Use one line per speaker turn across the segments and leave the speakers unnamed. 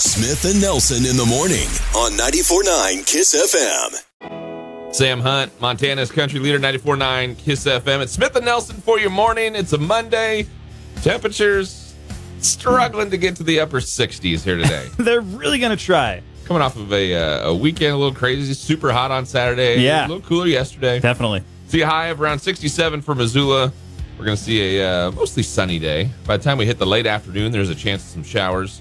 Smith and Nelson in the morning on 94.9 Kiss FM.
Sam Hunt, Montana's country leader, 94.9 Kiss FM. It's Smith and Nelson for your morning. It's a Monday. Temperatures struggling to get to the upper 60s here today.
They're really going to try.
Coming off of a, uh, a weekend a little crazy, super hot on Saturday. A
Yeah.
little cooler yesterday.
Definitely.
See a high of around 67 for Missoula. We're going to see a uh, mostly sunny day. By the time we hit the late afternoon, there's a chance of some showers.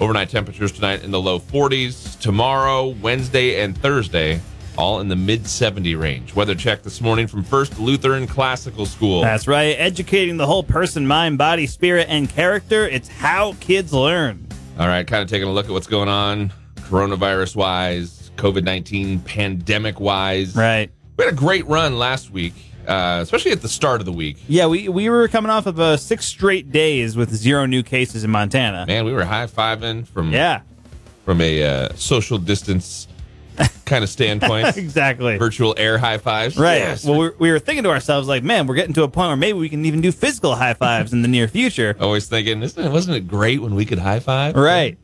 Overnight temperatures tonight in the low 40s. Tomorrow, Wednesday, and Thursday, all in the mid 70 range. Weather check this morning from First Lutheran Classical School.
That's right. Educating the whole person, mind, body, spirit, and character. It's how kids learn.
All right, kind of taking a look at what's going on coronavirus wise, COVID 19 pandemic wise.
Right.
We had a great run last week, uh, especially at the start of the week.
Yeah, we, we were coming off of uh, six straight days with zero new cases in Montana.
Man, we were high fiving from
Yeah,
from a uh, social distance kind of standpoint.
exactly.
Virtual air high fives.
Right.
Yes.
Well, we we were thinking to ourselves, like, man, we're getting to a point where maybe we can even do physical high fives in the near future.
Always thinking, isn't it, wasn't it great when we could high five?
Right.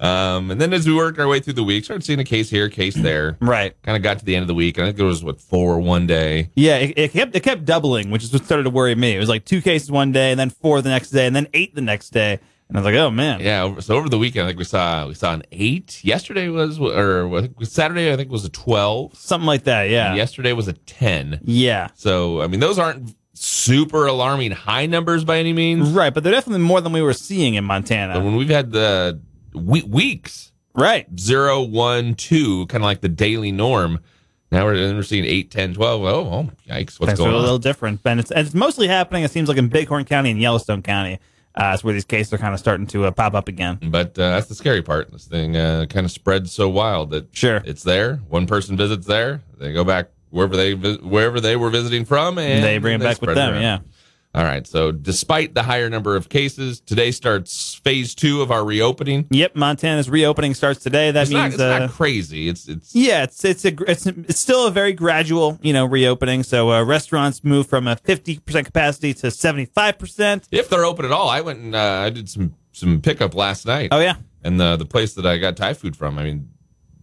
Um, and then as we worked our way through the week, started seeing a case here, case there.
Right.
Kind of got to the end of the week. And I think there was, what, four one day.
Yeah, it, it kept it kept doubling, which is what started to worry me. It was like two cases one day, and then four the next day, and then eight the next day, and I was like, oh man.
Yeah. over- So over the weekend, I think we saw we saw an eight. Yesterday was, or I think Saturday, I think was a 12.
Something like that, yeah.
And yesterday was a 10.
Yeah.
So, I mean, those aren't super alarming high numbers by any means.
Right, but they're definitely more than we were seeing in
But
Montana.
when we've had the we- weeks
Right.
zero, one, two, kind of like the daily norm. Now we're, then we're seeing eight, 10, 12. Oh, oh yikes. What's
Things are
going
a
on?
little different. And it's, and it's mostly happening, it seems like, in Bighorn County and Yellowstone County. Uh, is where these cases are kind of starting to uh, pop up again.
But uh, that's the scary part. This thing uh, kind of spreads so wild that
Sure.
it's there. One person visits there. They go back wherever they vi- wherever they were visiting from, and
they bring it back
spread
with
it
them,
around.
yeah.
All right. So despite the higher number of cases, today starts phase two of our reopening.
Yep, Montana's reopening starts today. That
It's, not,
means
it's
uh,
not crazy. It's it's
Yeah, it's it's a gr- it's it's still a very gradual, you know, reopening. So uh, restaurants move from a fifty percent capacity to seventy five percent.
if they're open at all. I went and uh, I did some some pickup last night.
Oh yeah,
and the the place that I got Thai food from, I mean,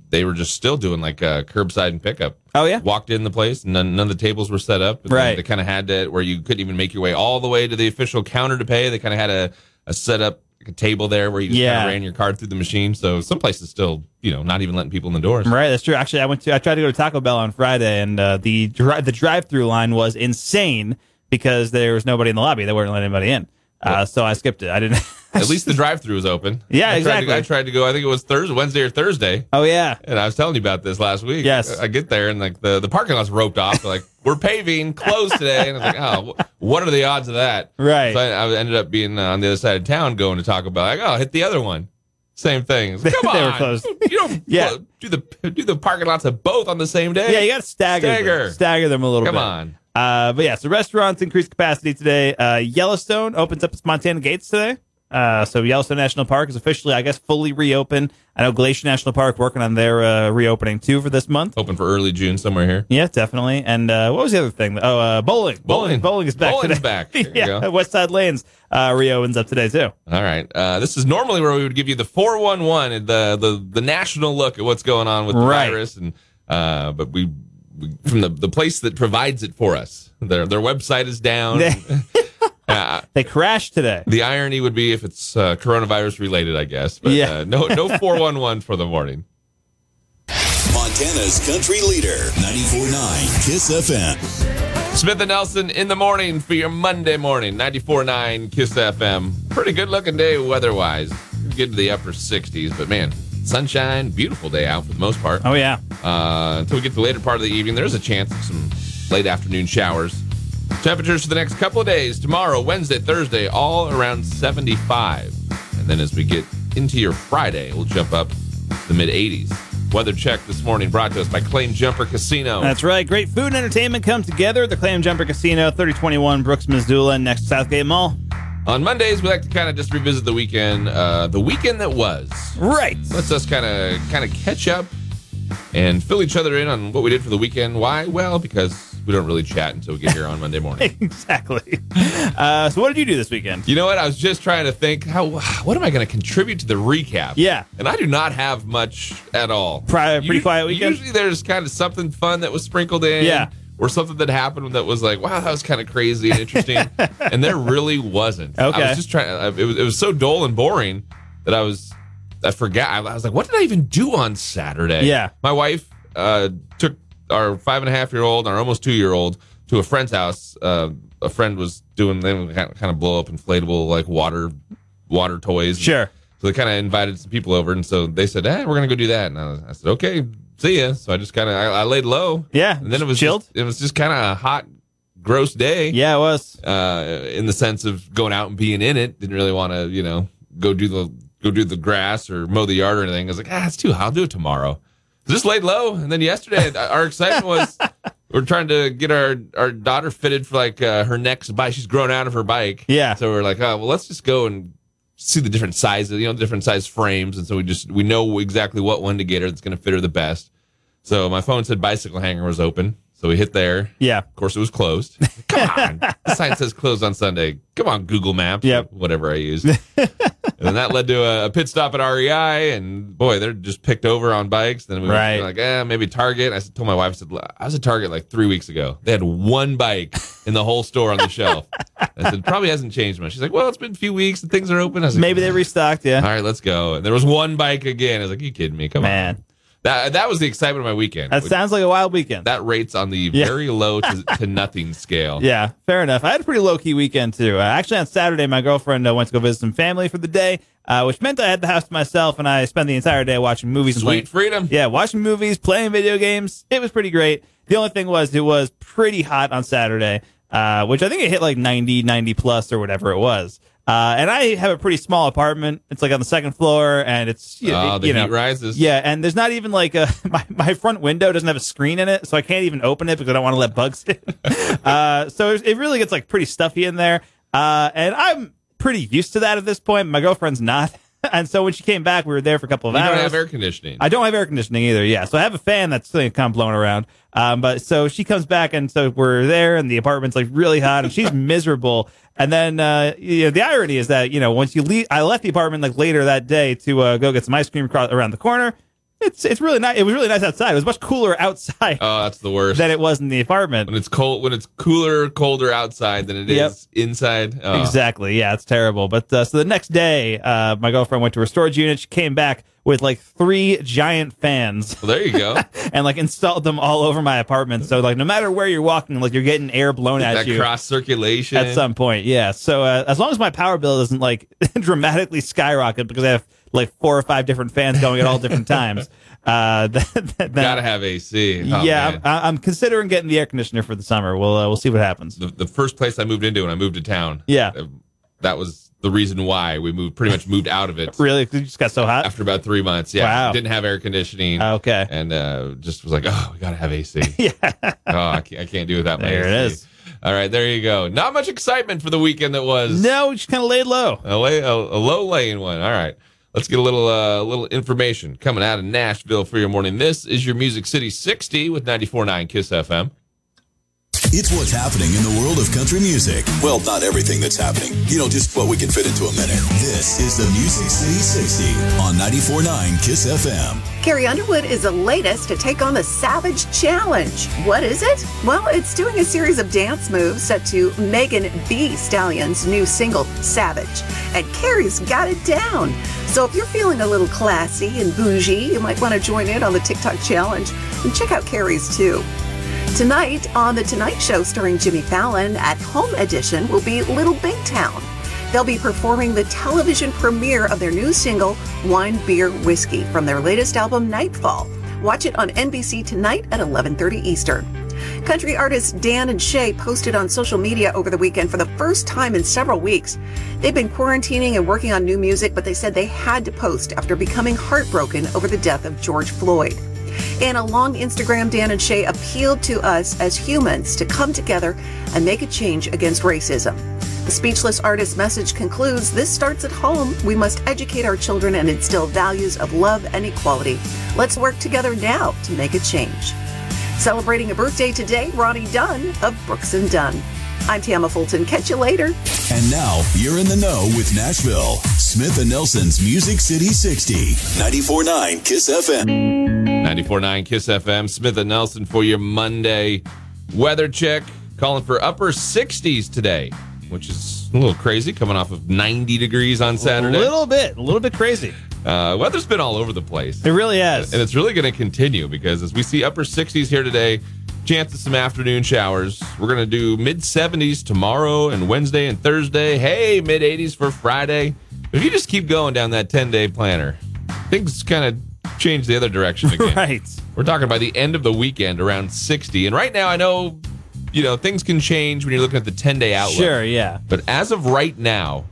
they were just still doing like uh, curbside and pickup.
oh yeah,
Walked in the place, none, none of the tables were set up. And
Right.
they kind of had to where you couldn't even make your way all the way to the official counter to pay. They kind of had a a set up like a table there where you just
Yeah.
kind of ran your card through the machine. So some places still, you know, not even letting people in the doors.
right. That's true. Actually, I went to I tried to go to Taco Bell on Friday, and uh, the dri- the drive through line was insane because there was nobody in the lobby. They weren't letting anybody in. Uh, so I skipped it. I didn't.
At least the drive through was open.
Yeah,
I Tried
exactly.
to, I tried to go. I think it was Thursday, Wednesday or Thursday.
oh yeah,
And I was telling you about this last week.
Yes.
I get there and like the, the parking lot's roped off. They're like, we're paving, closed today. And I was like, oh, wh- what are the odds of that?
Right.
So I, I ended up being uh, on the other side of town going to Taco Bell. Like, oh, hit the other one. Same thing. It's like, Come
They
on.
were closed.
You don't
Yeah.
clo- do the do the parking lots of both on the same day.
yeah. You got to stagger
Stagger.
them, stagger them a little
Come
bit.
on.
Uh, but yeah, so restaurants increased capacity today. Uh, Yellowstone opens up its Montana gates today. Uh, so Yellowstone National Park is officially, I guess, fully reopened. I know Glacier National Park working on their uh, reopening too for this month.
Hoping for early June somewhere here.
Yeah, definitely. And uh, what was the other thing? Oh, uh, bowling.
Bowling.
Bowling is back
Bowling's
today.
back. There you
yeah,
go.
West Side Lanes uh, reopens up today too.
All right. Uh, this is normally where we would give you the 411 and the, the, the national look at what's going on with the
Right.
virus. And, uh, but we, we from the, the place that provides it for us, their, their website is down.
They,
Uh,
they crashed today.
the irony would be if it's uh, coronavirus related, I guess. But
Yeah.
uh, no, no 411 for the morning.
Montana's country leader, 94.9 Kiss FM.
Smith and Nelson in the morning for your Monday morning, 94.9 Kiss FM. Pretty good looking day weather wise. Get to the upper 60s, but man, sunshine, beautiful day out for the most part.
Oh yeah,
uh, until we get to the later part of the evening. There's a chance of some late afternoon showers. Temperatures for the next couple of days, tomorrow, Wednesday, Thursday, all around 75. And then as we get into your Friday, we'll jump up to the mid 80s. Weather check this morning brought to us by Claim Jumper Casino.
That's right. Great food and entertainment come together at the Clam Jumper Casino, 3021 Brooks, Missoula, next to Southgate Mall.
On Mondays, we like to kind of just revisit the weekend, uh, the weekend that was.
Right.
Let's us kind of kind of catch up and fill each other in on what we did for the weekend. Why? Well, because we don't really chat until we get here on Monday morning.
exactly. Uh, so what did you do this weekend?
You know what? I was just trying to think how what am I going to contribute to the recap?
Yeah.
and I do not have much at all.
Pri- pretty quiet weekend?
Usually, there's kind of something fun that was sprinkled in.
Yeah.
Or something that happened that was like, wow, that was kind of crazy and interesting, and there really wasn't.
Okay.
I was just trying. I- It was, it was so dull and boring that I was, I forgot. I was like, what did I even do on Saturday?
Yeah.
My wife uh, took our five and a half year old and our almost two year old to a friend's house. Uh, a friend was doing them kind of blow up inflatable like water water toys.
Sure.
So they kind of invited some people over, and so they said, "Hey, we're gonna go do that." And I, was, I said, "Okay, see ya." So I just kind of I, I laid low.
Yeah,
And then it was
chilled.
Just, it was just kind of a hot, gross day.
Yeah, it was.
Uh, in the sense of going out and being in it, didn't really want to, you know, go do the go do the grass or mow the yard or anything. I was like, "Ah, it's too hot. I'll do it tomorrow." So just laid low, and then yesterday, our excitement was. We're trying to get our, our daughter fitted for like uh, her next bike. She's grown out of her bike.
Yeah.
So we're like, oh well, let's just go and see the different sizes, you know, different size frames, and so we just we know exactly what one to get her that's going to fit her the best. So my phone said bicycle hanger was open, so we hit there.
Yeah.
Of course, it was closed. Come on, the sign says closed on Sunday. Come on, Google Maps. or
Yep.
Whatever I used. and then that led to a, a pit stop at REI, and boy, they're just picked over on bikes. Then we were
Right.
like, eh, maybe Target. I told my wife, I said, I was at Target like three weeks ago. They had one bike in the whole store on the shelf. I said, probably hasn't changed much. She's like, well, it's been a few weeks and things are open. I was like,
Maybe they restocked.
all
Yeah.
right, let's go. And there was one bike again. I was like, you kidding me? Come on.
Man,
That, that was the excitement of my weekend.
that sounds like a wild weekend.
that rates on the
Yeah.
very low to, to nothing scale.
Yeah, fair enough. I had a pretty low key weekend too. Uh, actually, on Saturday, my girlfriend uh, went to go visit some family for the day, uh, which meant I had the house to myself, and I spent the entire day watching movies. and playing-
Sweet freedom.
yeah, watching movies, playing video games. It was pretty great. The only thing was, it was pretty hot on Saturday, uh, which I think it hit like 90, 90 plus or whatever it was. Uh, and I have a pretty small apartment. It's like on the second floor, and it's you,
Oh, the
you
heat
know,
rises.
yeah, and there's not even like a my, my front window doesn't have a screen in it, so I can't even open it because I don't want to let bugs in. uh, so it it really gets like pretty stuffy in there, uh, and I'm pretty used to that at this point. My girlfriend's not, and so when she came back, we were there for a couple of
You
hours.
don't have air conditioning.
I don't have air conditioning either. Yeah, so I have a fan that's like, kind of blowing around. Um, but so she comes back, and so we're there, and the apartment's like really hot, and she's miserable. And then uh, you know, the irony is that you know once you leave, I left the apartment like later that day to uh, go get some ice cream across, around the corner. It's it's really nice. It was really nice outside. It was much cooler outside
oh, that's the worst.
than it was in the apartment.
when it's cold, when it's cooler, colder outside than it is
Yep.
inside. Oh,
Exactly. Yeah, it's terrible. But uh, so the next day, uh, my girlfriend went to her storage unit. She came back with like three giant fans.
Well, there you go.
and like installed them all over my apartment. So like no matter where you're walking, like you're getting air blown at
that
you
cross circulation.
at some point. Yeah. So uh, as long as my power bill doesn't like dramatically skyrocket because I have like four or five different fans going at all different times, uh, that, that,
Gotta have AC. Oh,
yeah,
man.
I'm, I'm considering getting the air conditioner for the summer. We'll uh, we'll see what happens.
the, the first place I moved into when I moved to town.
Yeah.
uh, That was the reason why we moved, pretty much moved out of it
Really, 'Cause it just got so hot.
after about three months. Yeah.
Wow.
Didn't have air conditioning.
Okay.
And uh, just was like, oh, we gotta have AC.
Yeah.
oh, I can't, I can't do without my
There
AC.
it is.
All right, there you go. Not much excitement for the weekend that was.
No, we just kind of laid low.
A, lay, a, a low laying one. All right. Let's get a little uh, little information coming out of Nashville for your morning. This is your Music City 60 with 94.9 Kiss FM.
It's what's happening in the world of country music. Well, not everything that's happening. You know, just what we can fit into a minute. This is the Music City 60 on 94.9 Kiss FM.
Carrie Underwood is the latest to take on the Savage Challenge. What is it? Well, it's doing a series of dance moves set to Megan B. Stallion's new single, Savage. And Carrie's got it down. So if you're feeling a little classy and bougie, you might want to join in on the TikTok challenge and check out Carrie's too. Tonight on The Tonight Show, starring Jimmy Fallon at Home Edition, will be Little Big Town. They'll be performing the television premiere of their new single, Wine, Beer, Whiskey, from their latest album, Nightfall. Watch it on NBC tonight at 11.30 Eastern. Country artists Dan and Shay posted on social media over the weekend for the first time in several weeks. They've been quarantining and working on new music, but they said they had to post after becoming heartbroken over the death of George Floyd. In a long Instagram, Dan and Shay appealed to us as humans to come together and make a change against racism. The speechless artist's message concludes This starts at home. We must educate our children and instill values of love and equality. Let's work together now to make a change. Celebrating a birthday today, Ronnie Dunn of Brooks and Dunn. I'm Tammy Fulton. Catch you later.
And now you're in the know with Nashville. Smith and Nelson's Music City 60, 94.9 Kiss FM.
94.9 Kiss FM, Smith and Nelson for your Monday weather check. Calling for upper 60s today, which is a little crazy coming off of 90 degrees on Saturday.
A little bit, a little bit crazy.
Uh, weather's been all over the place.
It really has.
And it's really going to continue because as we see upper 60s here today, chance of some afternoon showers. We're going to do mid 70s tomorrow and Wednesday and Thursday. Hey, mid 80s for Friday. If you just keep going down that 10 day planner, things kind of change the other direction again.
right.
We're talking by the end of the weekend around 60. And right now, I know, you know, things can change when you're looking at the 10 day outlook.
Sure, yeah.
But as of right now,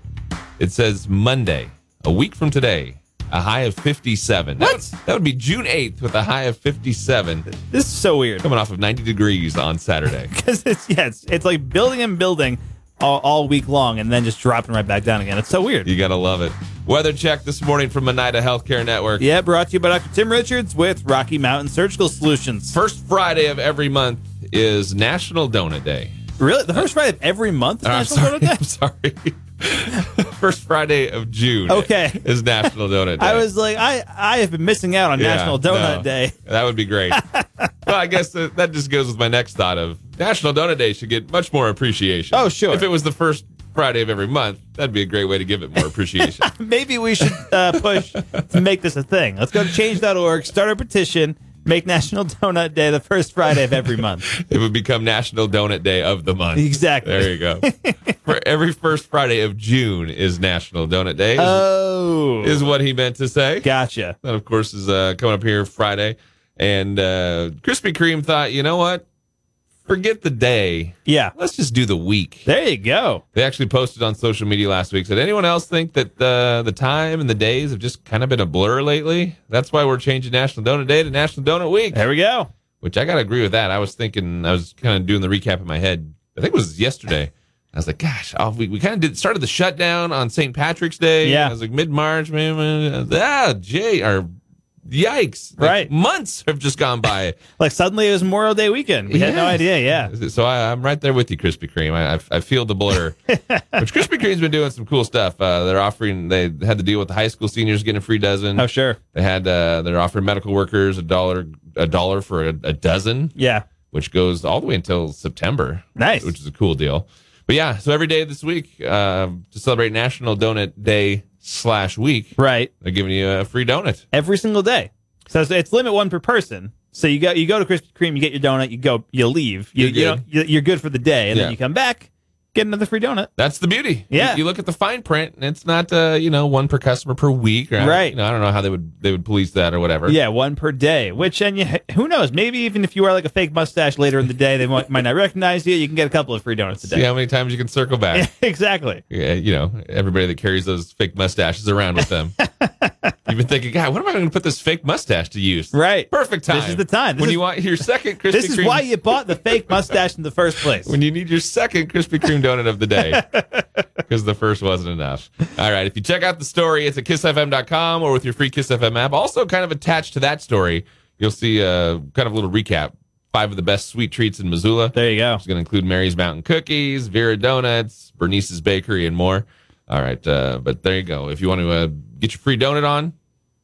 it says Monday, a week from today, a high of 57. That,
What?
that would be June 8th with a high of 57,
This is so weird.
coming off of 90 degrees on Saturday.
Because it's, yeah, it's, it's like building and building all, all week long and then just dropping right back down again. It's so weird.
You got to love it. Weather check this morning from Oneida Healthcare Network.
Yeah, brought to you by Dr. Tim Richards with Rocky Mountain Surgical Solutions.
First Friday of every month is National Donut Day.
Really? The first Friday of every month is
Or, I'm
National
sorry.
Donut Day?
I'm sorry. First Friday of June.
Okay.
Is National Donut Day.
I was like, I, I have been missing out on
Yeah,
National Donut
no.
Day.
That would be great. well, I guess that, that just goes with my next thought of National Donut Day should get much more appreciation.
Oh, sure.
If it was the first Friday of every month, that'd be a great way to give it more appreciation.
Maybe we should uh, push to make this a thing. Let's go to change.org, start a petition, make National Donut Day the first Friday of every month.
it would become National Donut Day of the month.
Exactly.
There you go. For every first Friday of June is National Donut Day. Is,
Oh.
is what he meant to say.
gotcha.
That of course is uh, coming up here Friday, and uh, Krispy Kreme thought, you know what? Forget the day.
Yeah.
Let's just do the week.
There you go.
They actually posted on social media last week. Said anyone else think that the the time and the days have just kind of been a blur lately? That's why we're changing National Donut Day to National Donut Week.
There we go.
Which I gotta agree with that. I was thinking, I was kind of doing the recap in my head. I think it was yesterday. I was like, gosh, oh, we, we kind of did started the shutdown on St. Patrick's Day.
Yeah.
I was like mid March, man, man. I was like, Ah, Jay, or yikes! Like,
Right.
months have just gone by.
Like suddenly it was Memorial Day weekend. We had no
Yes.
idea. Yeah.
So I, I'm right there with you, Krispy Kreme. I, I, I feel the blur. Which Krispy Kreme's been doing some cool stuff. Uh, they're offering. They had to deal with the high school seniors getting a free dozen.
Oh, sure.
They had. Uh, they're offering medical workers a dollar a dollar for a, a dozen,
Yeah.
which goes all the way until September.
Nice.
which is a cool deal. But yeah, so every day this week uh, to celebrate National Donut Day slash week,
Right.
they're giving you a free donut.
Every single day. So it's, it's limit one per person. So you go you go to Krispy Kreme, you get your donut, you go, you leave. You,
You're
you don't- you- you're good for the day, and
Yeah.
then you come back, get another free donut.
That's the beauty.
Yeah.
You, you look at the fine print, and it's not uh, you know one per customer per week. Or,
Right.
You know, I don't know how they would they would police that or whatever.
Yeah, one per day. Which and you, who knows? Maybe even if you wear like a fake mustache later in the day, they might, might not recognize you. You can get a couple of free donuts a
See
day.
how many times you can circle back.
exactly.
Yeah, you know, everybody that carries those fake mustaches around with them. You've been thinking, God, what am I going to put this fake mustache to use?
Right.
Perfect time.
This is the time. This
when
is-
you want your second Krispy
This is
Kreme-
why you bought the fake mustache in the first place.
when you need your second Krispy Kreme donut of the day because the first wasn't enough. All right. If you check out the story, it's at kissfm.com or with your free Kiss FM app. Also, kind of attached to that story, you'll see a kind of a little recap five of the best sweet treats in Missoula.
There you go.
It's going to include Mary's Mountain Cookies, Vera Donuts, Bernice's Bakery, and more. All right. Uh, but there you go. If you want to uh, get your free donut on,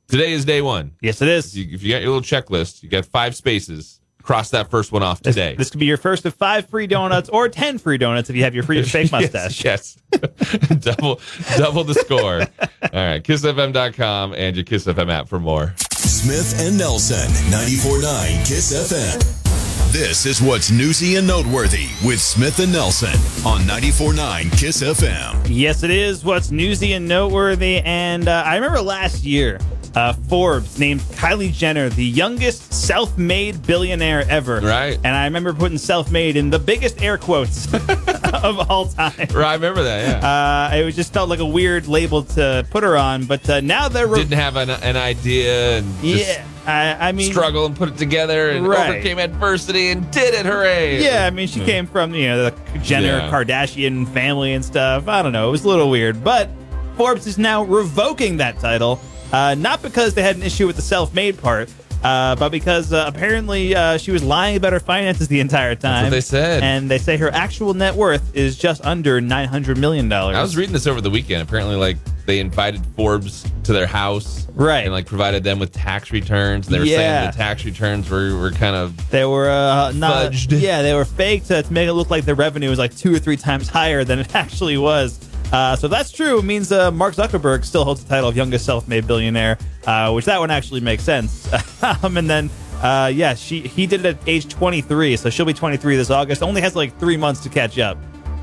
today is day one.
Yes, it is.
If you, if you got your little checklist, you got five spaces. Cross that first one off
This,
today.
this could be your first of five free donuts or ten free donuts if you have your free fake mustache.
Yes. yes. double double the score. All right. KissFM.com and your Kiss FM app for more.
Smith and Nelson, 94.9 Kiss FM. This is what's newsy and noteworthy with Smith and Nelson on 94.9 Kiss FM.
Yes, it is. What's newsy and noteworthy? And uh, I remember last year, uh, Forbes named Kylie Jenner the youngest self-made billionaire ever.
Right.
And I remember putting "self-made" in the biggest air quotes of all time.
Right, I remember that. Yeah.
Uh, it was just felt like a weird label to put her on, but uh, now they're re-
Didn't have an, an idea and just
yeah. I, I mean,
struggle and put it together and
Right.
overcame adversity and did it. Hooray.
Yeah, I mean, she came from you know the Jenner
Yeah.
Kardashian family and stuff. I don't know, it was a little weird, but Forbes is now revoking that title, uh, not because they had an issue with the self-made part, uh, but because uh, apparently uh, she was lying about her finances the entire time.
what they said.
And they say her actual net worth is just under $900 million.
I was reading this over the weekend. Apparently, like they invited Forbes to their house,
Right.
And like provided them with tax returns. They were
Yeah.
saying the tax returns were were kind of
They were uh, not.
Fudged.
Yeah, they were faked to, to make it look like the revenue was like two or three times higher than it actually was. Uh, so if that's true. It means uh, Mark Zuckerberg still holds the title of youngest self-made billionaire, uh, which that one actually makes sense. um, and then, uh, yeah, she he did it at age 23, so she'll be 23 this August. Only has like three months to catch up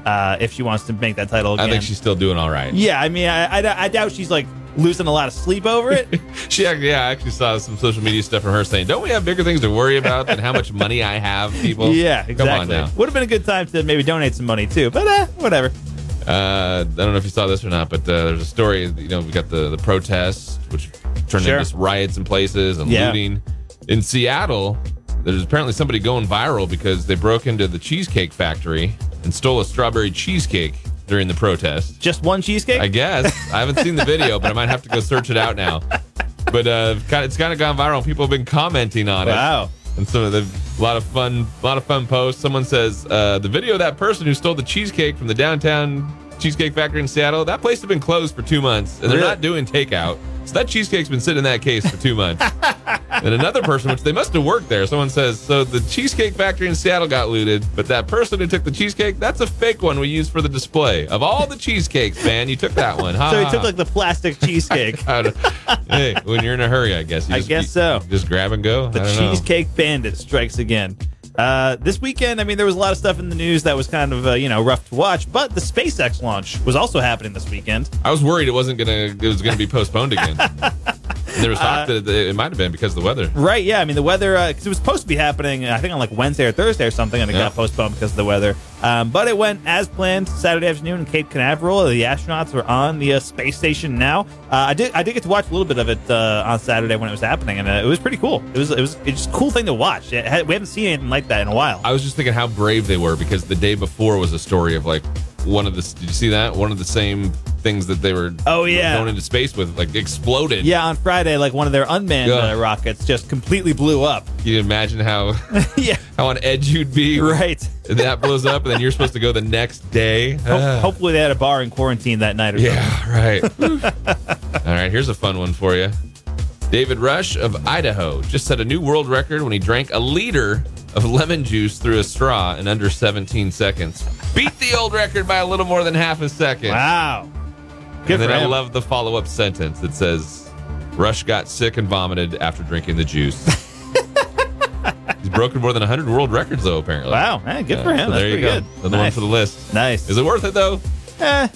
uh, if she wants to make that title again.
I think she's still doing all right.
yeah, I mean, I, I, I doubt she's like losing a lot of sleep over it.
She, act- yeah, I actually saw some social media stuff from her saying, "Don't we have bigger things to worry about than how much money I have, people?"
yeah,
Come
exactly.
on now.
Would have been a good time to maybe donate some money too, but eh, whatever.
Uh, I don't know if you saw this or not, but uh, there's a story. You know, we got the the protests, which turned
Sure.
into riots in places and
Yeah.
looting in Seattle. There's apparently somebody going viral because they broke into the cheesecake factory and stole a strawberry cheesecake during the protest.
Just one cheesecake?
I guess I haven't seen the video, but I might have to go search it out now. But uh, kind- it's kind of gone viral. People have been commenting on it.
wow.
and some of the a lot of fun, a lot of fun posts. Someone says uh, the video of that person who stole the cheesecake from the downtown cheesecake factory in Seattle. That place has been closed for two months, and they're
Really?
not doing takeout. So that cheesecake's been sitting in that case for two months. and another person, which they must have worked there. Someone says so the cheesecake factory in Seattle got looted, but that person who took the cheesecake, that's a fake one we used for the display. Of all the cheesecakes, man, you took that one. Ha,
So
ha,
he took
ha.
like the plastic cheesecake,
I don't- hey, when you're in a hurry, I guess. You
I guess so.
Just grab and go.
the
I don't know.
cheesecake bandit strikes again. Uh, this weekend, I mean, there was a lot of stuff in the news that was kind of uh, you know rough to watch, but the SpaceX launch was also happening this weekend.
I was worried it wasn't gonna it was gonna be postponed again. there was talk
Uh,
that it it might have been because of the weather.
Right? Yeah. I mean, the weather because it was supposed to be happening, I think on like Wednesday or Thursday or something, and it
Yeah.
got postponed because of the weather. Um, but it went as planned Saturday afternoon in Cape Canaveral. The astronauts are on the uh, space station now. Uh, I did I did get to watch a little bit of it uh, on Saturday when it was happening, and uh, it was pretty cool. It was it was it's just a cool thing to watch. It had, we haven't seen anything like that in a while.
I was just thinking how brave they were because the day before was a story of like one of the did you see that one of the same things that they were
Oh, yeah.
going into space with like exploded.
Yeah, on Friday, like one of their unmanned
Yeah.
uh, rockets just completely blew up.
Can you imagine how
yeah,
how on edge you'd be.
right.
And that blows up, and then you're supposed to go the next day.
Ho- hopefully, they had a bar in quarantine that night or something.
Yeah, right. All right, here's a fun one for you. David Rush of Idaho just set a new world record when he drank a liter of lemon juice through a straw in under 17 seconds. Beat the old record by a little more than half a second.
Wow. Good
and then
for
I
him.
love the follow up sentence that says Rush got sick and vomited after drinking the juice. He's broken more than 100 world records, though, apparently.
Wow, man, good
Yeah,
for him.
so
That's
there you
pretty
go.
good.
Another one
nice.
for the list.
nice.
Is it worth it, though?
Eh,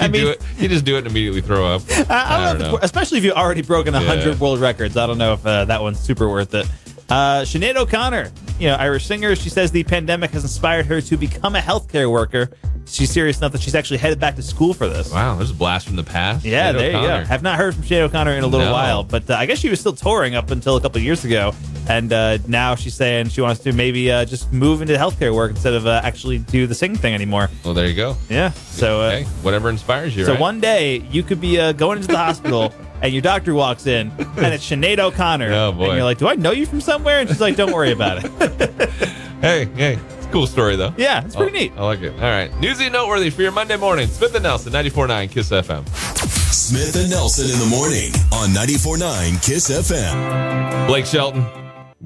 I
You
mean,
do it- you just do it and immediately throw up.
I, I don't know if it's wor- especially if you've already broken a hundred
Yeah.
world records. I don't know if uh, that one's super worth it. Uh, Sinead O'Connor, you know, Irish singer, she says the pandemic has inspired her to become a healthcare worker. She's serious enough that she's actually headed back to school for this.
Wow, there's a blast from the past.
Yeah,
Sinead
there you
O'Connor.
go. Have not heard from Sinead O'Connor in a little
No.
while, but uh, I guess she was still touring up until a couple of years ago, and uh, now she's saying she wants to maybe uh, just move into healthcare work instead of uh, actually do the singing thing anymore.
Well, there you go.
Yeah. So, uh,
Hey, whatever inspires you.
so
right?
one day you could be uh, going into the hospital. And your doctor walks in, and it's Sinead O'Connor.
Oh, boy.
And you're like, "Do I know you from somewhere?" And she's like, "Don't worry about it."
Hey, hey, it's a cool story though.
yeah, it's pretty
I-
neat.
I like it. All right, newsy and noteworthy for your Monday morning. Smith and Nelson, 94.9 Kiss FM.
Smith and Nelson in the morning on 94.9 Kiss FM.
Blake Shelton,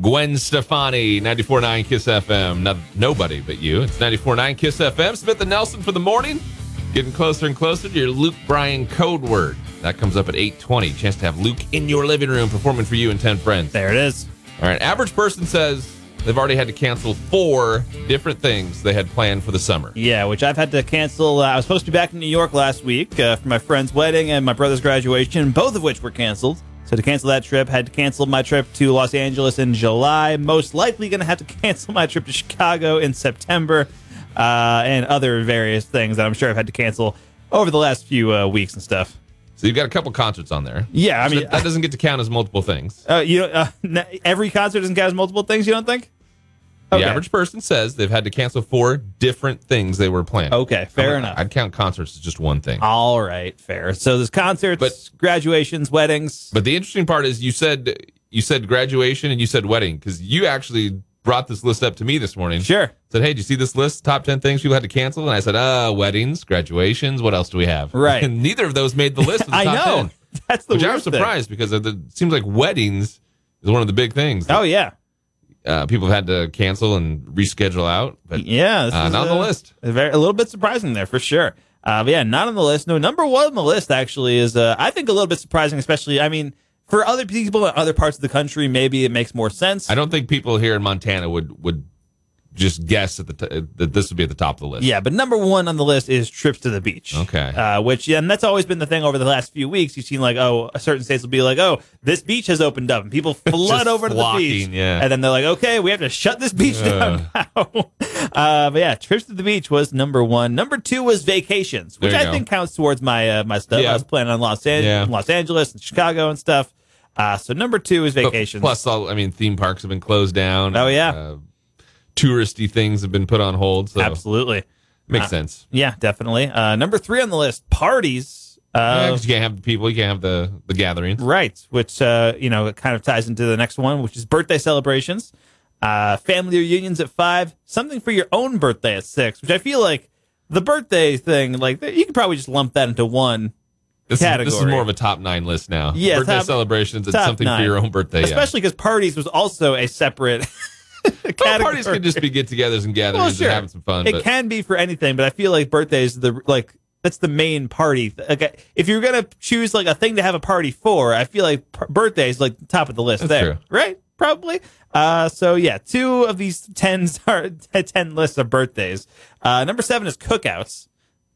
Gwen Stefani, 94.9 Kiss FM. Not, nobody but you. It's 94.9 Kiss FM. Smith and Nelson for the morning. Getting closer and closer to your Luke Bryan code word. That comes up at 8:20. Chance to have Luke in your living room performing for you and 10 friends.
There it is.
All right. Average person says they've already had to cancel four different things they had planned for the summer.
Yeah, which I've had to cancel. Uh, I was supposed to be back in New York last week uh, for my friend's wedding and my brother's graduation, both of which were canceled. So to cancel that trip, had to cancel my trip to Los Angeles in July. Most likely going to have to cancel my trip to Chicago in September, uh, and other various things that I'm sure I've had to cancel over the last few uh, weeks and stuff.
So you've got a couple concerts on there.
Yeah, I
So
mean,
that, that doesn't get to count as multiple things.
uh, you don't- uh, n- every concert doesn't count as multiple things. You don't think? Okay.
The average person says they've had to cancel four different things they were planning.
Okay, fair
I'd-
enough.
I'd count concerts as just one thing.
All right, fair. So there's concerts,
But-
graduations, weddings.
But the interesting part is you said you said graduation and you said wedding because you actually brought this list up to me this morning.
Sure.
Said, hey, did you see this list? Top 10 things people had to cancel. And I said, uh, weddings, graduations. What else do we have?
Right.
And neither of those made the list. Of the
I
top
know.
10,
That's the
which I was
worst thing.
surprised because it it seems like weddings is one of the big things that
Oh yeah,
uh, people have had to cancel and reschedule out. But
yeah. This
Uh,
is,
not on the list.
A, very, a little bit surprising there for sure. Uh, but yeah, not on the list. No, number one on the list actually is uh, I think a little bit surprising, especially I mean for other people in other parts of the country, maybe it makes more sense.
I don't think people here in Montana would would just guess at the t- that this would be at the top of the list.
Yeah, but number one on the list is trips to the beach.
Okay.
Uh, which, yeah, and that's always been the thing over the last few weeks. You've seen, like, oh, certain states will be like, oh, this beach has opened up, and people flood over to the beach.
flocking, yeah.
And then they're like, okay, we have to shut this beach down now. uh, but yeah, trips to the beach was number one. Number two was vacations, which
There
I
you go.
think counts towards my uh, my stuff.
Yeah.
I was planning on Los, An-
Yeah.
Los Angeles and Chicago and stuff. Uh, so number two is
But
vacations.
Plus, all I mean, theme parks have been closed down.
Oh, yeah.
Uh, touristy things have been put on hold. So
Absolutely.
makes sense.
Yeah, definitely. Uh, number three on the list, parties.
Yeah,
Uh,
'cause you can't have the people. You can't have the the gatherings.
Right, which uh, you know it kind of ties into the next one, which is birthday celebrations, uh, family reunions at five, something for your own birthday at six, which I feel like the birthday thing, like you could probably just lump that into one,
This, is, this is
Category.
more of a top nine list now.
Yeah,
birthday
top-
celebrations and
top
something
nine.
for your own birthday.
especially because parties was also a separate
yeah.
category.
Well, Oh, parties can just be get-togethers and gatherings
Well, sure.
and having some fun.
It
but
can be for anything, but I feel like birthdays the like that's the main party. Okay, if you're gonna choose like a thing to have a party for, I feel like p- birthdays like top of the list
That's
there,
true.
right? Probably. Uh, so yeah, two of these tens are ten lists of birthdays. Uh, number seven is cookouts,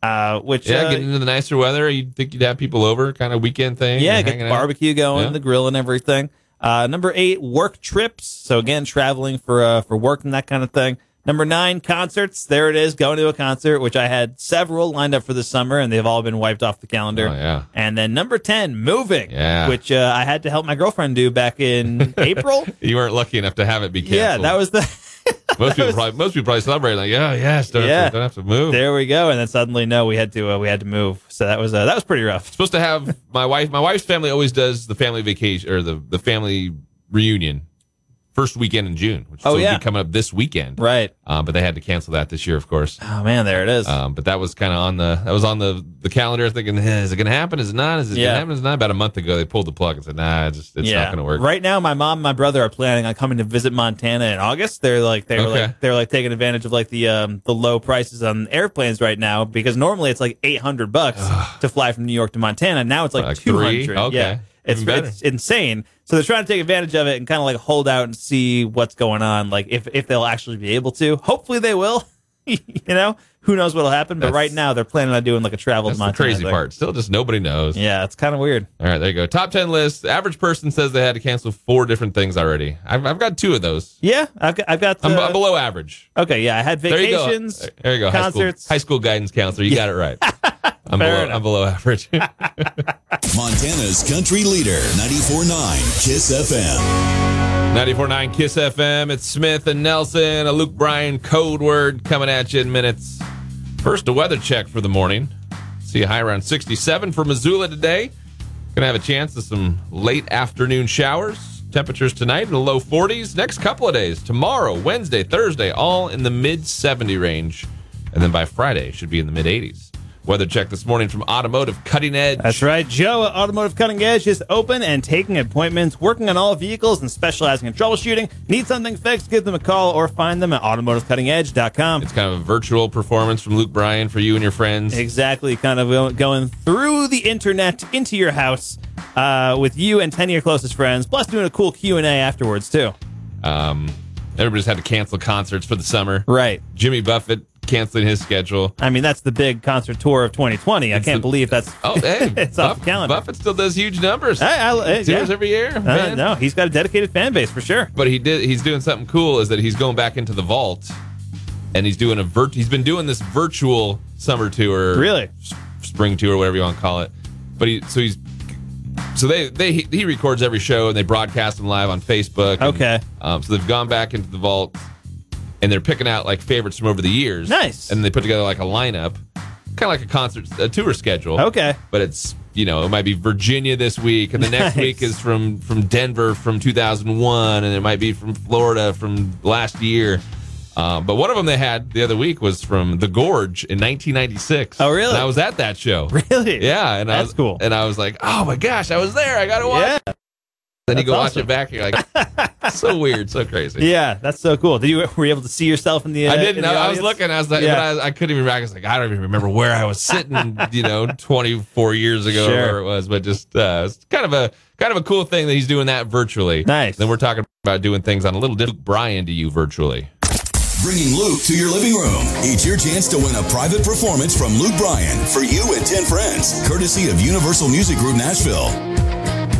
uh, which
yeah,
uh,
getting into the nicer weather, you'd think you'd have people over, kind of weekend thing.
yeah,
and
get the
hanging out.
barbecue going,
Yeah.
the grill and everything. Uh, number eight, work trips. So again, traveling for uh, for work and that kind of thing. Number nine, concerts. There it is, going to a concert, which I had several lined up for this summer, and they've all been wiped off the calendar.
Oh, yeah.
And then number ten, moving.
Yeah.
Which uh, I had to help my girlfriend do back in April.
You weren't lucky enough to have it be canceled.
Yeah, that was the.
most people probably most people probably celebrate like "Oh, yeah yes don't,
Yeah.
Have, to, don't have to move.
there we go. And then suddenly, no, we had to uh, we had to move. So that was uh, that was pretty rough.
supposed to have my wife. My wife's family always does the family vacation or the the family reunion first weekend in June, which is
Oh,
supposed to
yeah.
be coming up this weekend.
Right.
Um, but they had to cancel that this year, of course.
Oh man, there it is.
Um, but that was kind of on the that was on the the calendar, thinking eh, is it going to happen? Is it not? Is it
Yeah.
going to happen? Is it not? About a month ago, they pulled the plug and said, nah, it's, just, it's not going to work.
Right now, my mom and my brother are planning on coming to visit Montana in August. They're like they're
Okay.
like they're like taking advantage of like the um the low prices on airplanes right now because normally it's like eight hundred bucks to fly from New York to Montana. Now it's like,
Like
two
three?
hundred.
Okay.
Yeah. It's,
Even better.
it's insane. So they're trying to take advantage of it and kind of like hold out and see what's going on. Like if, if they'll actually be able to. Hopefully they will. you know, who knows what'll happen. But
That's-
right now they're planning on doing like a travel to
That's the
Montana.
crazy
thing.
part. Still, just nobody knows.
Yeah, it's kind of weird.
All right, there you go. Top 10 list. The average person says they had to cancel four different things already. I've, I've got two of those.
Yeah, I've got, I've got
I'm,
the-
I'm below average.
Okay, yeah, I had
There you go.
vacations.
There you go.
Concerts.
High school, high school guidance counselor. You got it right. I'm, below,
enough.
I'm below average.
Montana's country leader, 94.9 Kiss FM.
94.9 Kiss FM. It's Smith and Nelson, a Luke Bryan code word coming at you in minutes. First, a weather check for the morning. See a high around 67 for Missoula today. Gonna have a chance of some late afternoon showers. Temperatures tonight in the low 40s. Next couple of days, tomorrow, Wednesday, Thursday, all in the mid 70 range. And then by Friday, should be in the mid 80s. Weather check this morning from Automotive Cutting Edge.
That's right. Joe at Automotive Cutting Edge is open and taking appointments, working on all vehicles and specializing in troubleshooting. Need something fixed? Give them a call or find them at automotivecuttingedge.com.
It's kind of a virtual performance from Luke Bryan for you and your friends.
Exactly, kind of going through the internet into your house uh, with you and ten of your closest friends, plus doing a cool Q and A afterwards too.
Um, everybody's had to cancel concerts for the summer.
Right.
Jimmy Buffett canceling his schedule.
I mean, that's the big concert tour of 2020. I can't
the-
believe that's.
Oh, hey,
It's off the calendar.
Buffett still does huge numbers.
Hey, I- hey,
Tours
yeah.
every year.
Uh,
man.
no, he's got a dedicated fan base for sure.
But he did. He's doing something cool. Is that he's going back into the vault, and he's doing a virt. He's been doing this virtual summer tour,
Really?
s- spring tour, whatever you want to call it. But he so he's so they they he he records every show and they broadcast them live on Facebook. and,
Okay.
um, so they've gone back into the vault and they're picking out like favorites from over the years.
Nice.
And they put together like a lineup, kind of like a concert, a tour schedule.
Okay.
But it's you know, it might be Virginia this week, and the next
Nice.
week is from from Denver from 2001, and it might be from Florida from last year. Uh, but one of them they had the other week was from the Gorge in 1996.
Oh, really?
And I was at that show.
Really?
Yeah, and I
That's
was,
cool.
And I was like, oh my gosh, I was there. I gotta watch.
Yeah.
then you
that's
go watch
awesome.
it back. And you're like, so weird, so crazy.
Yeah, that's so cool. Did you were you able to see yourself in the? Uh,
I didn't.
in the
I, I was
audience?
looking. I was like,
Yeah.
but I, I couldn't even. I was like, I don't even remember where I was sitting. you know, 24 years ago,
Sure.
or where it was. But just uh, it's kind of a kind of a cool thing that he's doing that virtually.
Nice.
Then we're talking about doing things on a little different. Brian to you virtually.
Bringing Luke to your living room. It's your chance to win a private performance from Luke Bryan for you and 10 friends, courtesy of Universal Music Group Nashville.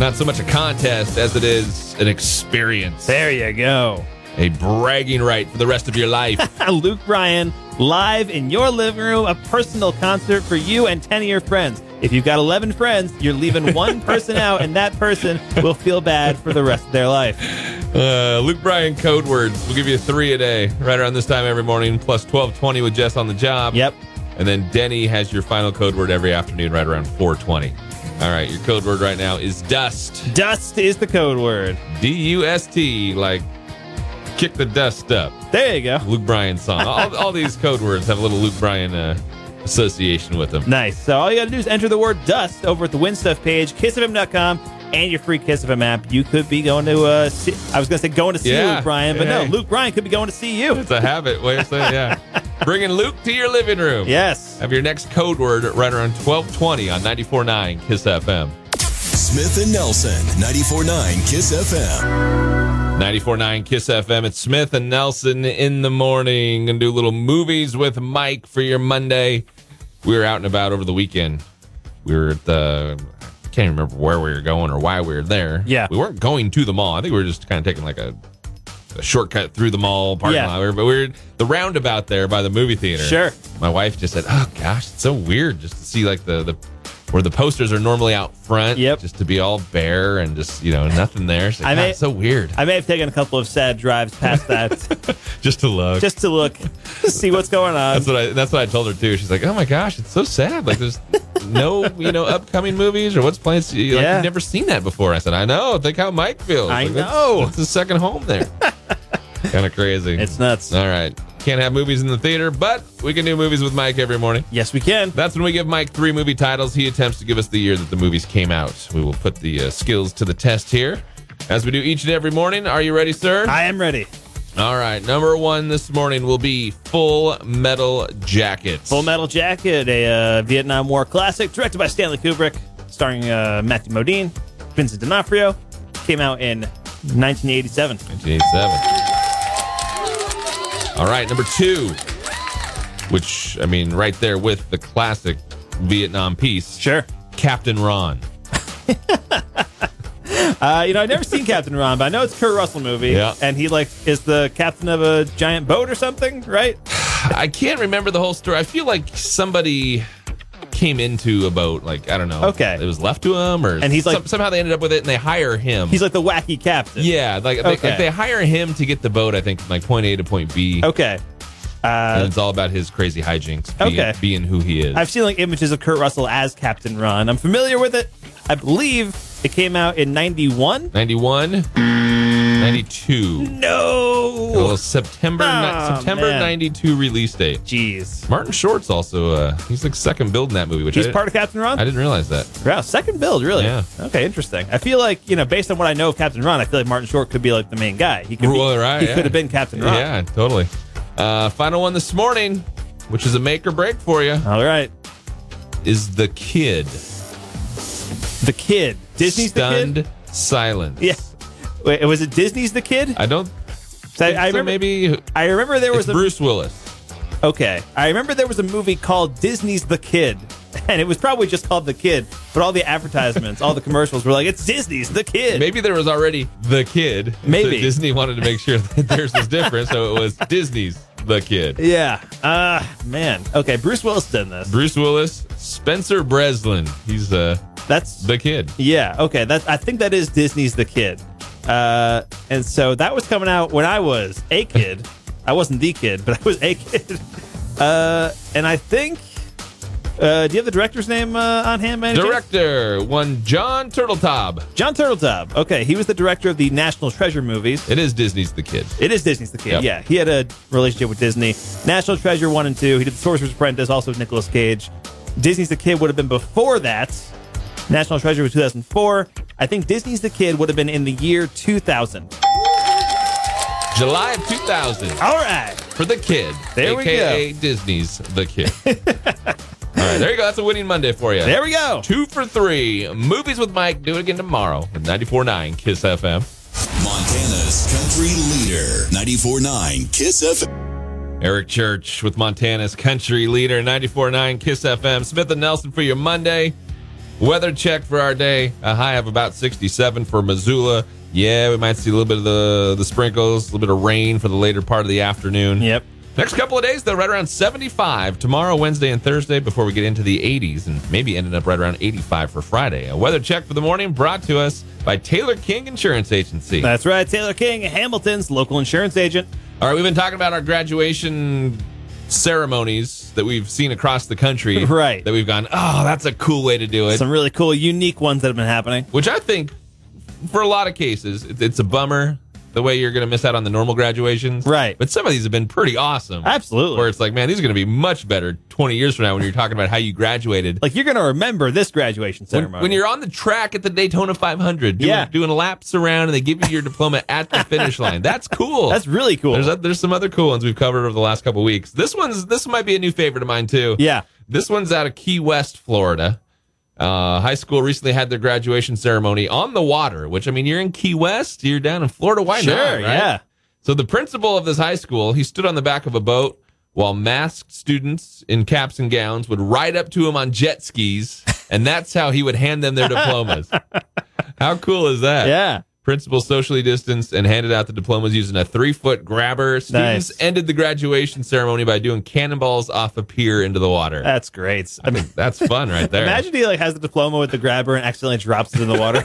Not so much a contest as it is an experience,
There you go.
a bragging right for the rest of your life.
Luke Bryan live in your living room, a personal concert for you and 10 of your friends. If you've got 11 friends, you're leaving one person out, and that person will feel bad for the rest of their life.
Uh, Luke Bryan code words. We'll give you three a day, right around this time every morning, plus twelve twenty with Jess on the job.
Yep.
And then Denny has your final code word every afternoon, right around four twenty. All right, your code word right now is dust.
Dust is the code word.
D U S T, like kick the dust up.
There you go.
Luke Bryan song. all, all these code words have a little Luke Bryan uh, association with them.
Nice. So all you got to do is enter the word dust over at the Win Stuff page, kissfm.com, and your free Kiss of Him app. You could be going to, uh, see, I was going to say going to see
Yeah.
Luke Bryan, but no,
Hey.
Luke Bryan could be going to see you.
It's a habit way of saying, yeah. Bringing Luke to your living room.
Yes.
Have your next code word right around twelve twenty on 94.9 Kiss FM.
Smith and Nelson, 94.9 Kiss FM.
94.9 Kiss FM. It's Smith and Nelson in the morning. Gonna do little movies with Mike for your Monday. We were out and about over the weekend. We were at the I can't even remember where we were going or why we were there.
Yeah.
we weren't going to the mall. I think we were just kind of taking like a, a shortcut through the mall parking
Yeah.
lot. We were- But we were the roundabout there by the movie theater.
Sure.
My wife just said, "Oh gosh, it's so weird just to see like the the." Where the posters are normally out front,
Yep.
just to be all bare and just you know nothing there. She's like,
I
"God,
may-
it's so weird
I may have taken a couple of sad drives past that.
just to look.
just to look, see what's going on.
that's what I. That's what I told her too. She's like, "Oh my gosh, it's so sad. Like, there's no, you know, upcoming movies or what's planned. Like,
Yeah.
You've never seen that before." I said, "I know. Think how Mike feels.
I
Like, that's-
know.
That's his second home there. kind of crazy.
It's nuts.
all right. Can't have movies in the theater, but we can do movies with Mike every morning.
Yes, we can.
That's when we give Mike three movie titles. He attempts to give us the year that the movies came out. We will put the uh, skills to the test here, as we do each and every morning. Are you ready, sir?
I am ready.
All right, number one this morning will be Full Metal Jacket.
Full Metal Jacket, a uh, Vietnam War classic, directed by Stanley Kubrick, starring uh, Matthew Modine, Vincent D'Onofrio, came out in 1987.
1987. All right, number two, which I mean, right there with the classic Vietnam piece,
Sure.
Captain Ron.
Uh, you know, I've never seen Captain Ron, but I know it's a Kurt Russell movie,
Yeah.
and he like is the captain of a giant boat or something, right?
I can't remember the whole story. I feel like somebody came into a boat, like I don't know,
Okay.
it was left to him, or
And he's like-
some- somehow they ended up with it, and they hire him.
He's like the wacky captain.
yeah, like, they,
Okay.
like they hire him to get the boat. I think from, like point A to point B.
Okay.
and it's all about his crazy hijinks. Being,
Okay.
being who he is.
I've seen like images of Kurt Russell as Captain Ron. I'm familiar with it. I believe it came out in '91.
91, 92. Well,
No.
September, ni-
Oh,
September
man.
92 release date.
Jeez.
Martin Short's also, uh, he's like second build in that movie, which
He's
I,
part of Captain Ron.
I didn't realize that.
wow, second build, really?
Yeah.
Okay, interesting. I feel like you know, based on what I know of Captain Ron, I feel like Martin Short could be like the main guy. He could. be-
Well, right,
he
yeah.
could have been Captain Ron.
Yeah, totally. Uh, final one this morning, which is a make or break for you,
All right.
is The Kid.
The kid. Disney's
Stunned
the kid.
Silence.
Yeah. Wait, was it Disney's the kid?
I don't
So I,
think
I
so,
remember.
maybe
I remember there was
it's
a
Bruce Willis.
Okay. I remember there was a movie called Disney's The Kid, and it was probably just called The Kid, but all the advertisements, all the commercials were like, it's Disney's The Kid.
Maybe there was already the kid.
Maybe.
So Disney wanted to make sure that theirs was different, so it was Disney's the kid.
Yeah. Uh, man. Okay. Bruce Willis did this.
Bruce Willis, Spencer Breslin. He's uh,
That's.
the kid.
yeah. Okay. That I think that is Disney's The Kid. Uh, and so that was coming out when I was a kid. I wasn't the kid, but I was a kid. Uh, and I think Uh, do you have the director's name uh, on hand, man?
Director one John Turtletaub.
John Turtletub. Okay, he was the director of the National Treasure movies.
It is Disney's The Kid.
It is Disney's the kid.
Yep.
Yeah, he had a relationship with Disney. National Treasure one and two. He did The Sorcerer's Apprentice, also with Nicolas Cage. Disney's the Kid would have been before that. National Treasure was 2004. I think Disney's the Kid would have been in the year 2000.
July of 2000
All right.
for The Kid,
There we
aka Disney's The Kid. All right, there you go. That's a winning Monday for you.
There we go.
Two for three. Movies with Mike. Do it again tomorrow at 94.9 Kiss FM.
Montana's country leader, 94.9 Kiss FM.
Eric Church with Montana's country leader, 94.9 Kiss FM. Smith and Nelson for your Monday. Weather check for our day. A high of about 67 for Missoula. Yeah, we might see a little bit of the, the sprinkles, a little bit of rain for the later part of the afternoon.
Yep.
Next couple of days, though, right around 75 tomorrow, Wednesday, and Thursday before we get into the 80s and maybe ending up right around 85 for Friday. A weather check for the morning brought to us by Taylor King Insurance Agency.
That's right. Taylor King, Hamilton's local insurance agent.
All right, we've been talking about our graduation ceremonies that we've seen across the country.
Right.
That we've gone, oh, that's a cool way to do it.
Some really cool, unique ones that have been happening.
Which I think, for a lot of cases, it- it's a bummer the way you're going to miss out on the normal graduations.
Right.
But some of these have been pretty awesome.
Absolutely.
Where it's like, man, these are going to be much better 20 years from now when you're talking about how you graduated.
Like you're gonna remember this graduation
when,
ceremony
when you're on the track at the Daytona 500, doing,
Yeah.
doing laps around, and they give you your diploma at the finish line. That's cool.
That's really cool.
There's there's some other cool ones we've covered over the last couple weeks. This one's this might be a new favorite of mine too.
yeah.
This one's out of Key West, Florida. Uh, high school recently had their graduation ceremony on the water, which I mean, you're in Key West, you're down in Florida. Why
sure.
not? right?
Yeah.
So the principal of this high school, he stood on the back of a boat while masked students in caps and gowns would ride up to him on jet skis, and that's how he would hand them their diplomas. how cool is that?
Yeah.
Principal socially distanced and handed out the diplomas using a three foot grabber. Students
Nice.
ended the graduation ceremony by doing cannonballs off a pier into the water.
That's great. I mean,
That's fun right there.
Uh, imagine he like has the diploma with the grabber and accidentally drops it in the water.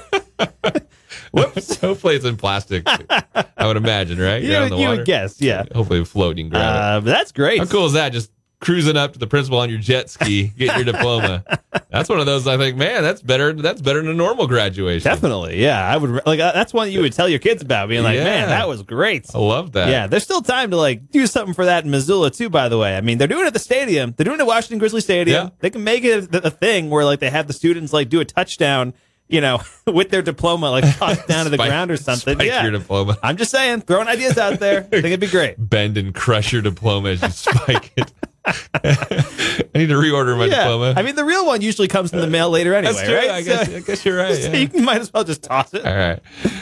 Whoops. Hopefully it's in plastic. I would imagine, right? You're
you
out
would,
in the
you
water.
would guess. Yeah.
Hopefully floating grab it.
Uh, but that's great.
How cool is that? Just cruising up to the principal on your jet ski, get your diploma. That's one of those I think, man, that's better. That's better than a normal graduation.
Definitely. Yeah. I would re- like uh, that's one that you would tell your kids about, being like,
Yeah.
man, that was great.
I love that.
Yeah, there's still time to like do something for that in Missoula too. By the way, I mean they're doing it at the stadium. They're doing it at Washington Grizzly Stadium.
Yeah.
They can make it a, a thing where like they have the students like do a touchdown, you know, with their diploma like tossed down to the
Spike-
ground or something.
spike
Yeah,
your diploma.
I'm just saying, throwing ideas out there. I think it'd be great.
Bend and crush your diploma as you spike it. I need to reorder my
yeah,
diploma.
I mean the real one usually comes in the mail later anyway,
that's true.
right?
I, guess,
So-
I guess you're right.
so
yeah.
you might as well just toss it.
All right.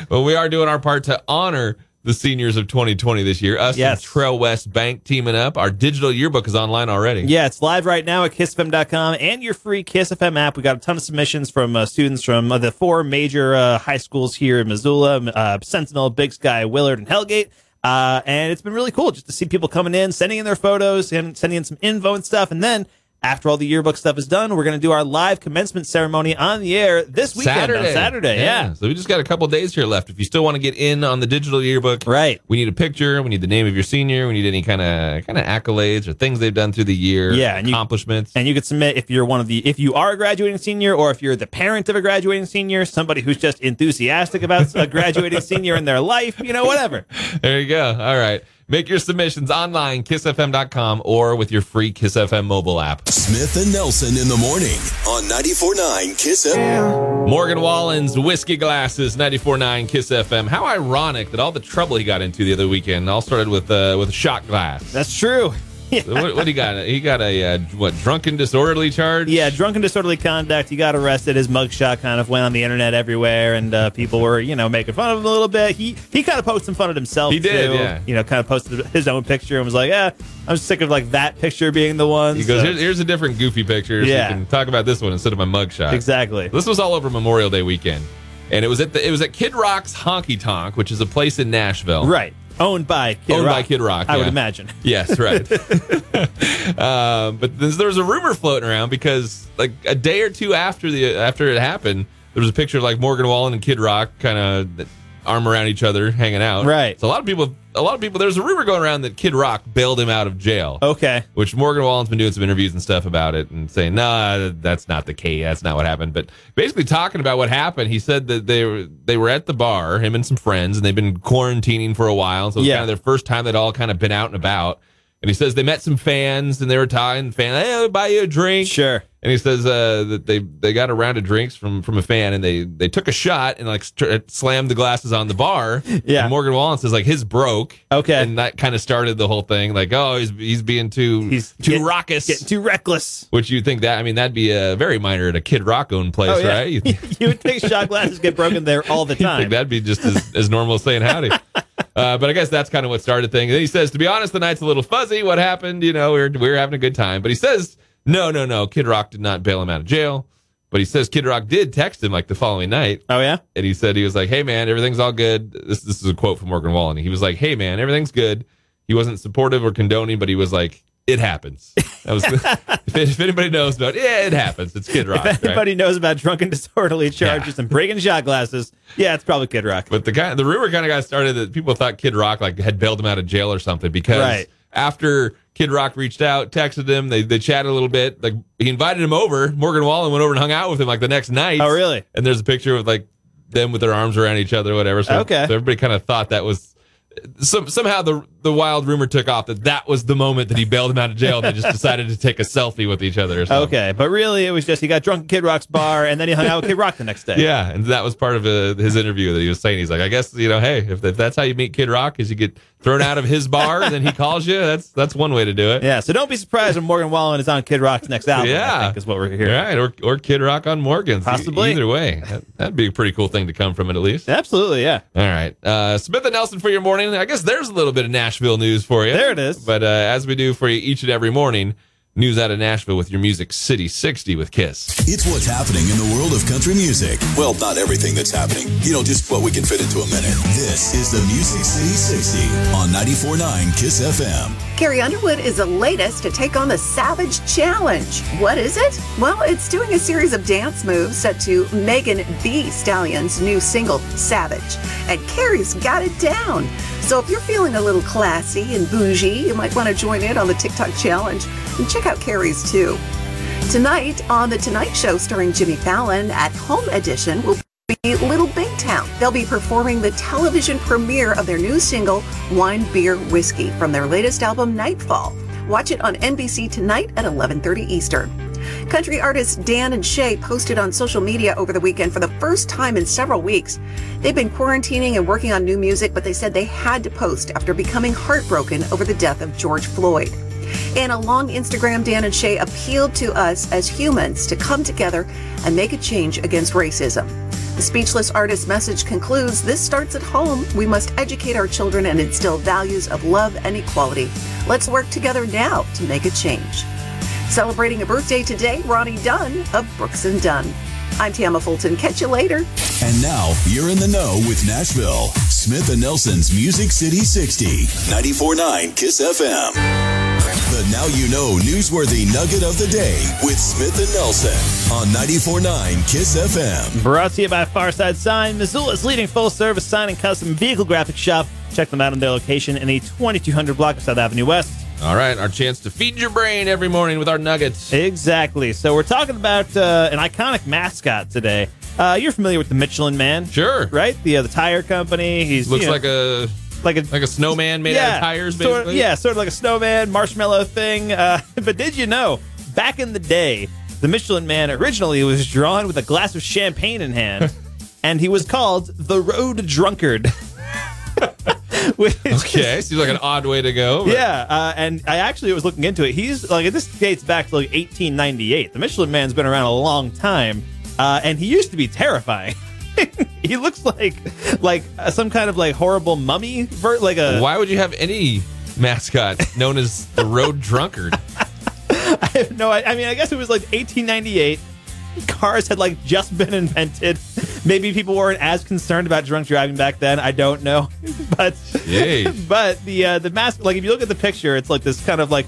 Well, we are doing our part to honor the seniors of 2020 this year. Us
Yes.
and Trail West Bank teaming up. Our digital yearbook is online already.
Yeah, it's live right now at kissfm.com and your free Kiss FM app. We got a ton of submissions from uh, students from uh, the four major uh, high schools here in Missoula uh, Sentinel, Big Sky, Willard, and Hellgate. Uh, and it's been really cool just to see people coming in, sending in their photos, and sending in some info and stuff. And then after all the yearbook stuff is done, we're going to do our live commencement ceremony on the air this weekend
Saturday.
on Saturday. Yeah.
So we just got a couple days here left. If you still want to get in on the digital yearbook,
Right.
we need a picture. We need the name of your senior. We need any kind of kind of accolades or things they've done through the year.
Yeah, and you-
accomplishments.
And you could submit if you're one of the if you are a graduating senior or if you're the parent of a graduating senior, somebody who's just enthusiastic about a graduating senior in their life, you know, whatever.
there you go. All right. Make your submissions online, kissfm.com, or with your free Kiss FM mobile app.
Smith and Nelson in the morning on 94.9 Kiss FM.
Morgan Wallen's Whiskey Glasses, 94.9 Kiss FM. How ironic that all the trouble he got into the other weekend all started with uh, with a shot glass.
That's true. Yeah.
what, what do you got? He got a uh, what drunken disorderly charge?
Yeah, drunken disorderly conduct. He got arrested. His mugshot kind of went on the internet everywhere, and uh, people were, you know, making fun of him a little bit. He he kind of posted some fun at himself.
He did,
too.
yeah.
You know, kind of posted his own picture and was like, "Yeah, I'm sick of like that picture being the one."
He goes,
So-
here's, here's a different goofy picture. So
Yeah.
you can talk about this one instead of my mugshot.
exactly.
This was all over Memorial Day weekend, and it was at the it was at Kid Rock's Honky Tonk, which is a place in Nashville.
Right. Owned by Kid
Owned
Rock.
by Kid Rock,
I would
yeah.
imagine.
Yes, right. um, but there's- there was a rumor floating around because like a day or two after the after it happened, there was a picture of like Morgan Wallen and Kid Rock kind of arm around each other, hanging out.
Right.
So a lot of people, a lot of people. There's a rumor going around that Kid Rock bailed him out of jail.
Okay.
Which Morgan Wallen's been doing some interviews and stuff about it and saying, nah, that's not the case. That's not what happened. But basically talking about what happened, he said that they were they were at the bar, him and some friends, and they've been quarantining for a while. So it was
Yeah.
kind of their first time they'd all kind of been out and about. And he says they met some fans and they were talking, fan, hey, I'll buy you a drink.
Sure.
And he says uh, that they they got a round of drinks from from a fan, and they they took a shot and like st- slammed the glasses on the bar.
Yeah.
And Morgan Wallen says like his broke.
Okay.
And that kind of started the whole thing. Like oh he's he's being too
He's
too
get-
raucous.
Getting too reckless.
which you think that I mean that'd be uh, very minor at a Kid Rock owned place,
Oh, yeah.
right? You think-
You would think shot glasses get broken there all the
I think
time.
that'd be just as, as normal as saying howdy. Uh, but I guess that's kind of what started things. Then he says, to be honest, the night's a little fuzzy. What happened? You know, we were, we were having a good time. But he says, no, no, no. Kid Rock did not bail him out of jail. But he says Kid Rock did text him like the following night.
Oh yeah.
And he said, he was like, hey, man, everything's all good. This, this is a quote from Morgan Wallen. He was like, hey, man, everything's good. He wasn't supportive or condoning, but he was like, it happens. That was, if, if anybody knows about it, yeah, it happens. It's Kid Rock.
If
right?
anybody knows about drunken disorderly charges and breaking shot glasses, yeah, it's probably Kid Rock.
But the guy, the rumor kind of got started that people thought Kid Rock like had bailed him out of jail or something because
Right.
after Kid Rock reached out, texted him, they they chatted a little bit. Like he invited him over. Morgan Wallen went over and hung out with him like the next night.
Oh, really?
And there's a picture of like them with their arms around each other, whatever. So,
Okay.
so everybody kind of thought that was. Some, somehow the the wild rumor took off that that was the moment that he bailed him out of jail. They just decided to take a selfie with each other. Or something.
Okay, but really, it was just he got drunk at Kid Rock's bar, and then he hung out with Kid Rock the next day.
Yeah, and that was part of uh, his interview that he was saying. He's like, I guess you know, hey, if, if that's how you meet Kid Rock, is you get thrown out of his bar, and then he calls you. That's that's one way to do it.
Yeah, so don't be surprised when Morgan Wallen is on Kid Rock's next album.
Yeah.
I think is what we're
All
hearing.
right, or or Kid Rock on Morgan's. E-
Possibly.
either way, that, that'd be a pretty cool thing to come from it at least.
Absolutely, yeah.
All right, uh, Smith and Nelson for your morning. I guess there's a little bit of Nashville news for you.
There it is.
But uh, as we do for you each and every morning, news out of Nashville with your music City 60 with Kiss.
It's what's happening in the world of country music. Well, not everything that's happening. You know, just what we can fit into a minute. This is the Music City 60 on 94.9 Kiss FM.
Carrie Underwood is the latest to take on the Savage Challenge. What is it? Well, it's doing a series of dance moves set to Megan the Stallion's new single, Savage. And Carrie's got it down. So if you're feeling a little classy and bougie, you might want to join in on the TikTok challenge and check out Carrie's too. Tonight on The Tonight Show, starring Jimmy Fallon at Home Edition, will be Little Big Town. They'll be performing the television premiere of their new single, Wine, Beer, Whiskey, from their latest album, Nightfall. Watch it on NBC tonight at 11.30 Eastern. Country artists Dan and Shay posted on social media over the weekend for the first time in several weeks. They've been quarantining and working on new music, but they said they had to post after becoming heartbroken over the death of George Floyd. In a long Instagram, Dan and Shay appealed to us as humans to come together and make a change against racism. The Speechless Artist message concludes This starts at home. We must educate our children and instill values of love and equality. Let's work together now to make a change. Celebrating a birthday today, Ronnie Dunn of Brooks and Dunn. I'm Tamma Fulton. Catch you later.
And now you're in the know with Nashville. Smith and Nelson's Music City 60, 94.9 Kiss FM. The Now You Know Newsworthy Nugget of the Day with Smith and Nelson on 94.9 Kiss FM.
Brought to you by Farside Sign, Missoula's leading full service sign and custom vehicle graphic shop. Check them out on their location in the 2200 block of South Avenue West.
All right, our chance to feed your brain every morning with our nuggets.
Exactly. So we're talking about uh, an iconic mascot today. Uh, you're familiar with the Michelin Man,
Sure.
right? The uh, the tire company. He's
Looks
you know,
like a
like a
like a snowman made out of tires, basically.
Sort of, yeah, sort of like a snowman, marshmallow thing. Uh, but did you know, back in the day, the Michelin Man originally was drawn with a glass of champagne in hand, and he was called the Road Drunkard. Which
Okay, seems like an odd way to go. but-
yeah, uh, and I actually was looking into it. He's like this dates back to like 1898. The Michelin Man's been around a long time, uh, and he used to be terrifying. he looks like like uh, some kind of like horrible mummy, ver- like a
Why would you have any mascot known as the road drunkard?
no, I, I mean, I guess it was like 1898. Cars had like just been invented. Maybe people weren't as concerned about drunk driving back then. I don't know, but
Yay.
but the uh, the mask, like if you look at the picture, it's like this kind of like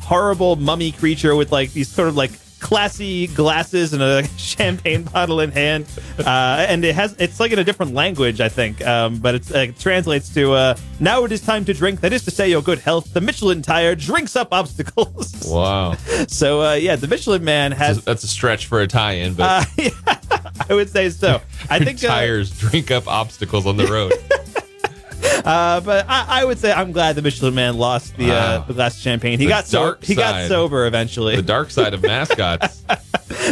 horrible mummy creature with like these sort of like classy glasses and a champagne bottle in hand, uh, and it has it's like in a different language, I think, um, but it's, uh, it translates to uh, "Now it is time to drink." That is to say, your good health. The Michelin tire drinks up obstacles.
Wow.
So uh, yeah, the Michelin man
That's
has.
a, that's a stretch for a tie in, but
Uh, I would say so. I
your
think uh,
tires drink up obstacles on the road.
Uh, but I, I would say I'm glad the Michelin Man lost the uh,
Wow.
the glass of champagne. He
The
got so-
dark
he got
side.
sober eventually.
the
The,
dark side of mascots.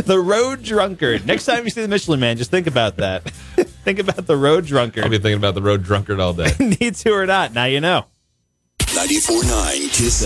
road drunkard. Next time you see the Michelin Man, just think about that. think about the road
I'll
drunkard.
be thinking about the road drunkard all day.
Need to or not, now you know.
949 Kiss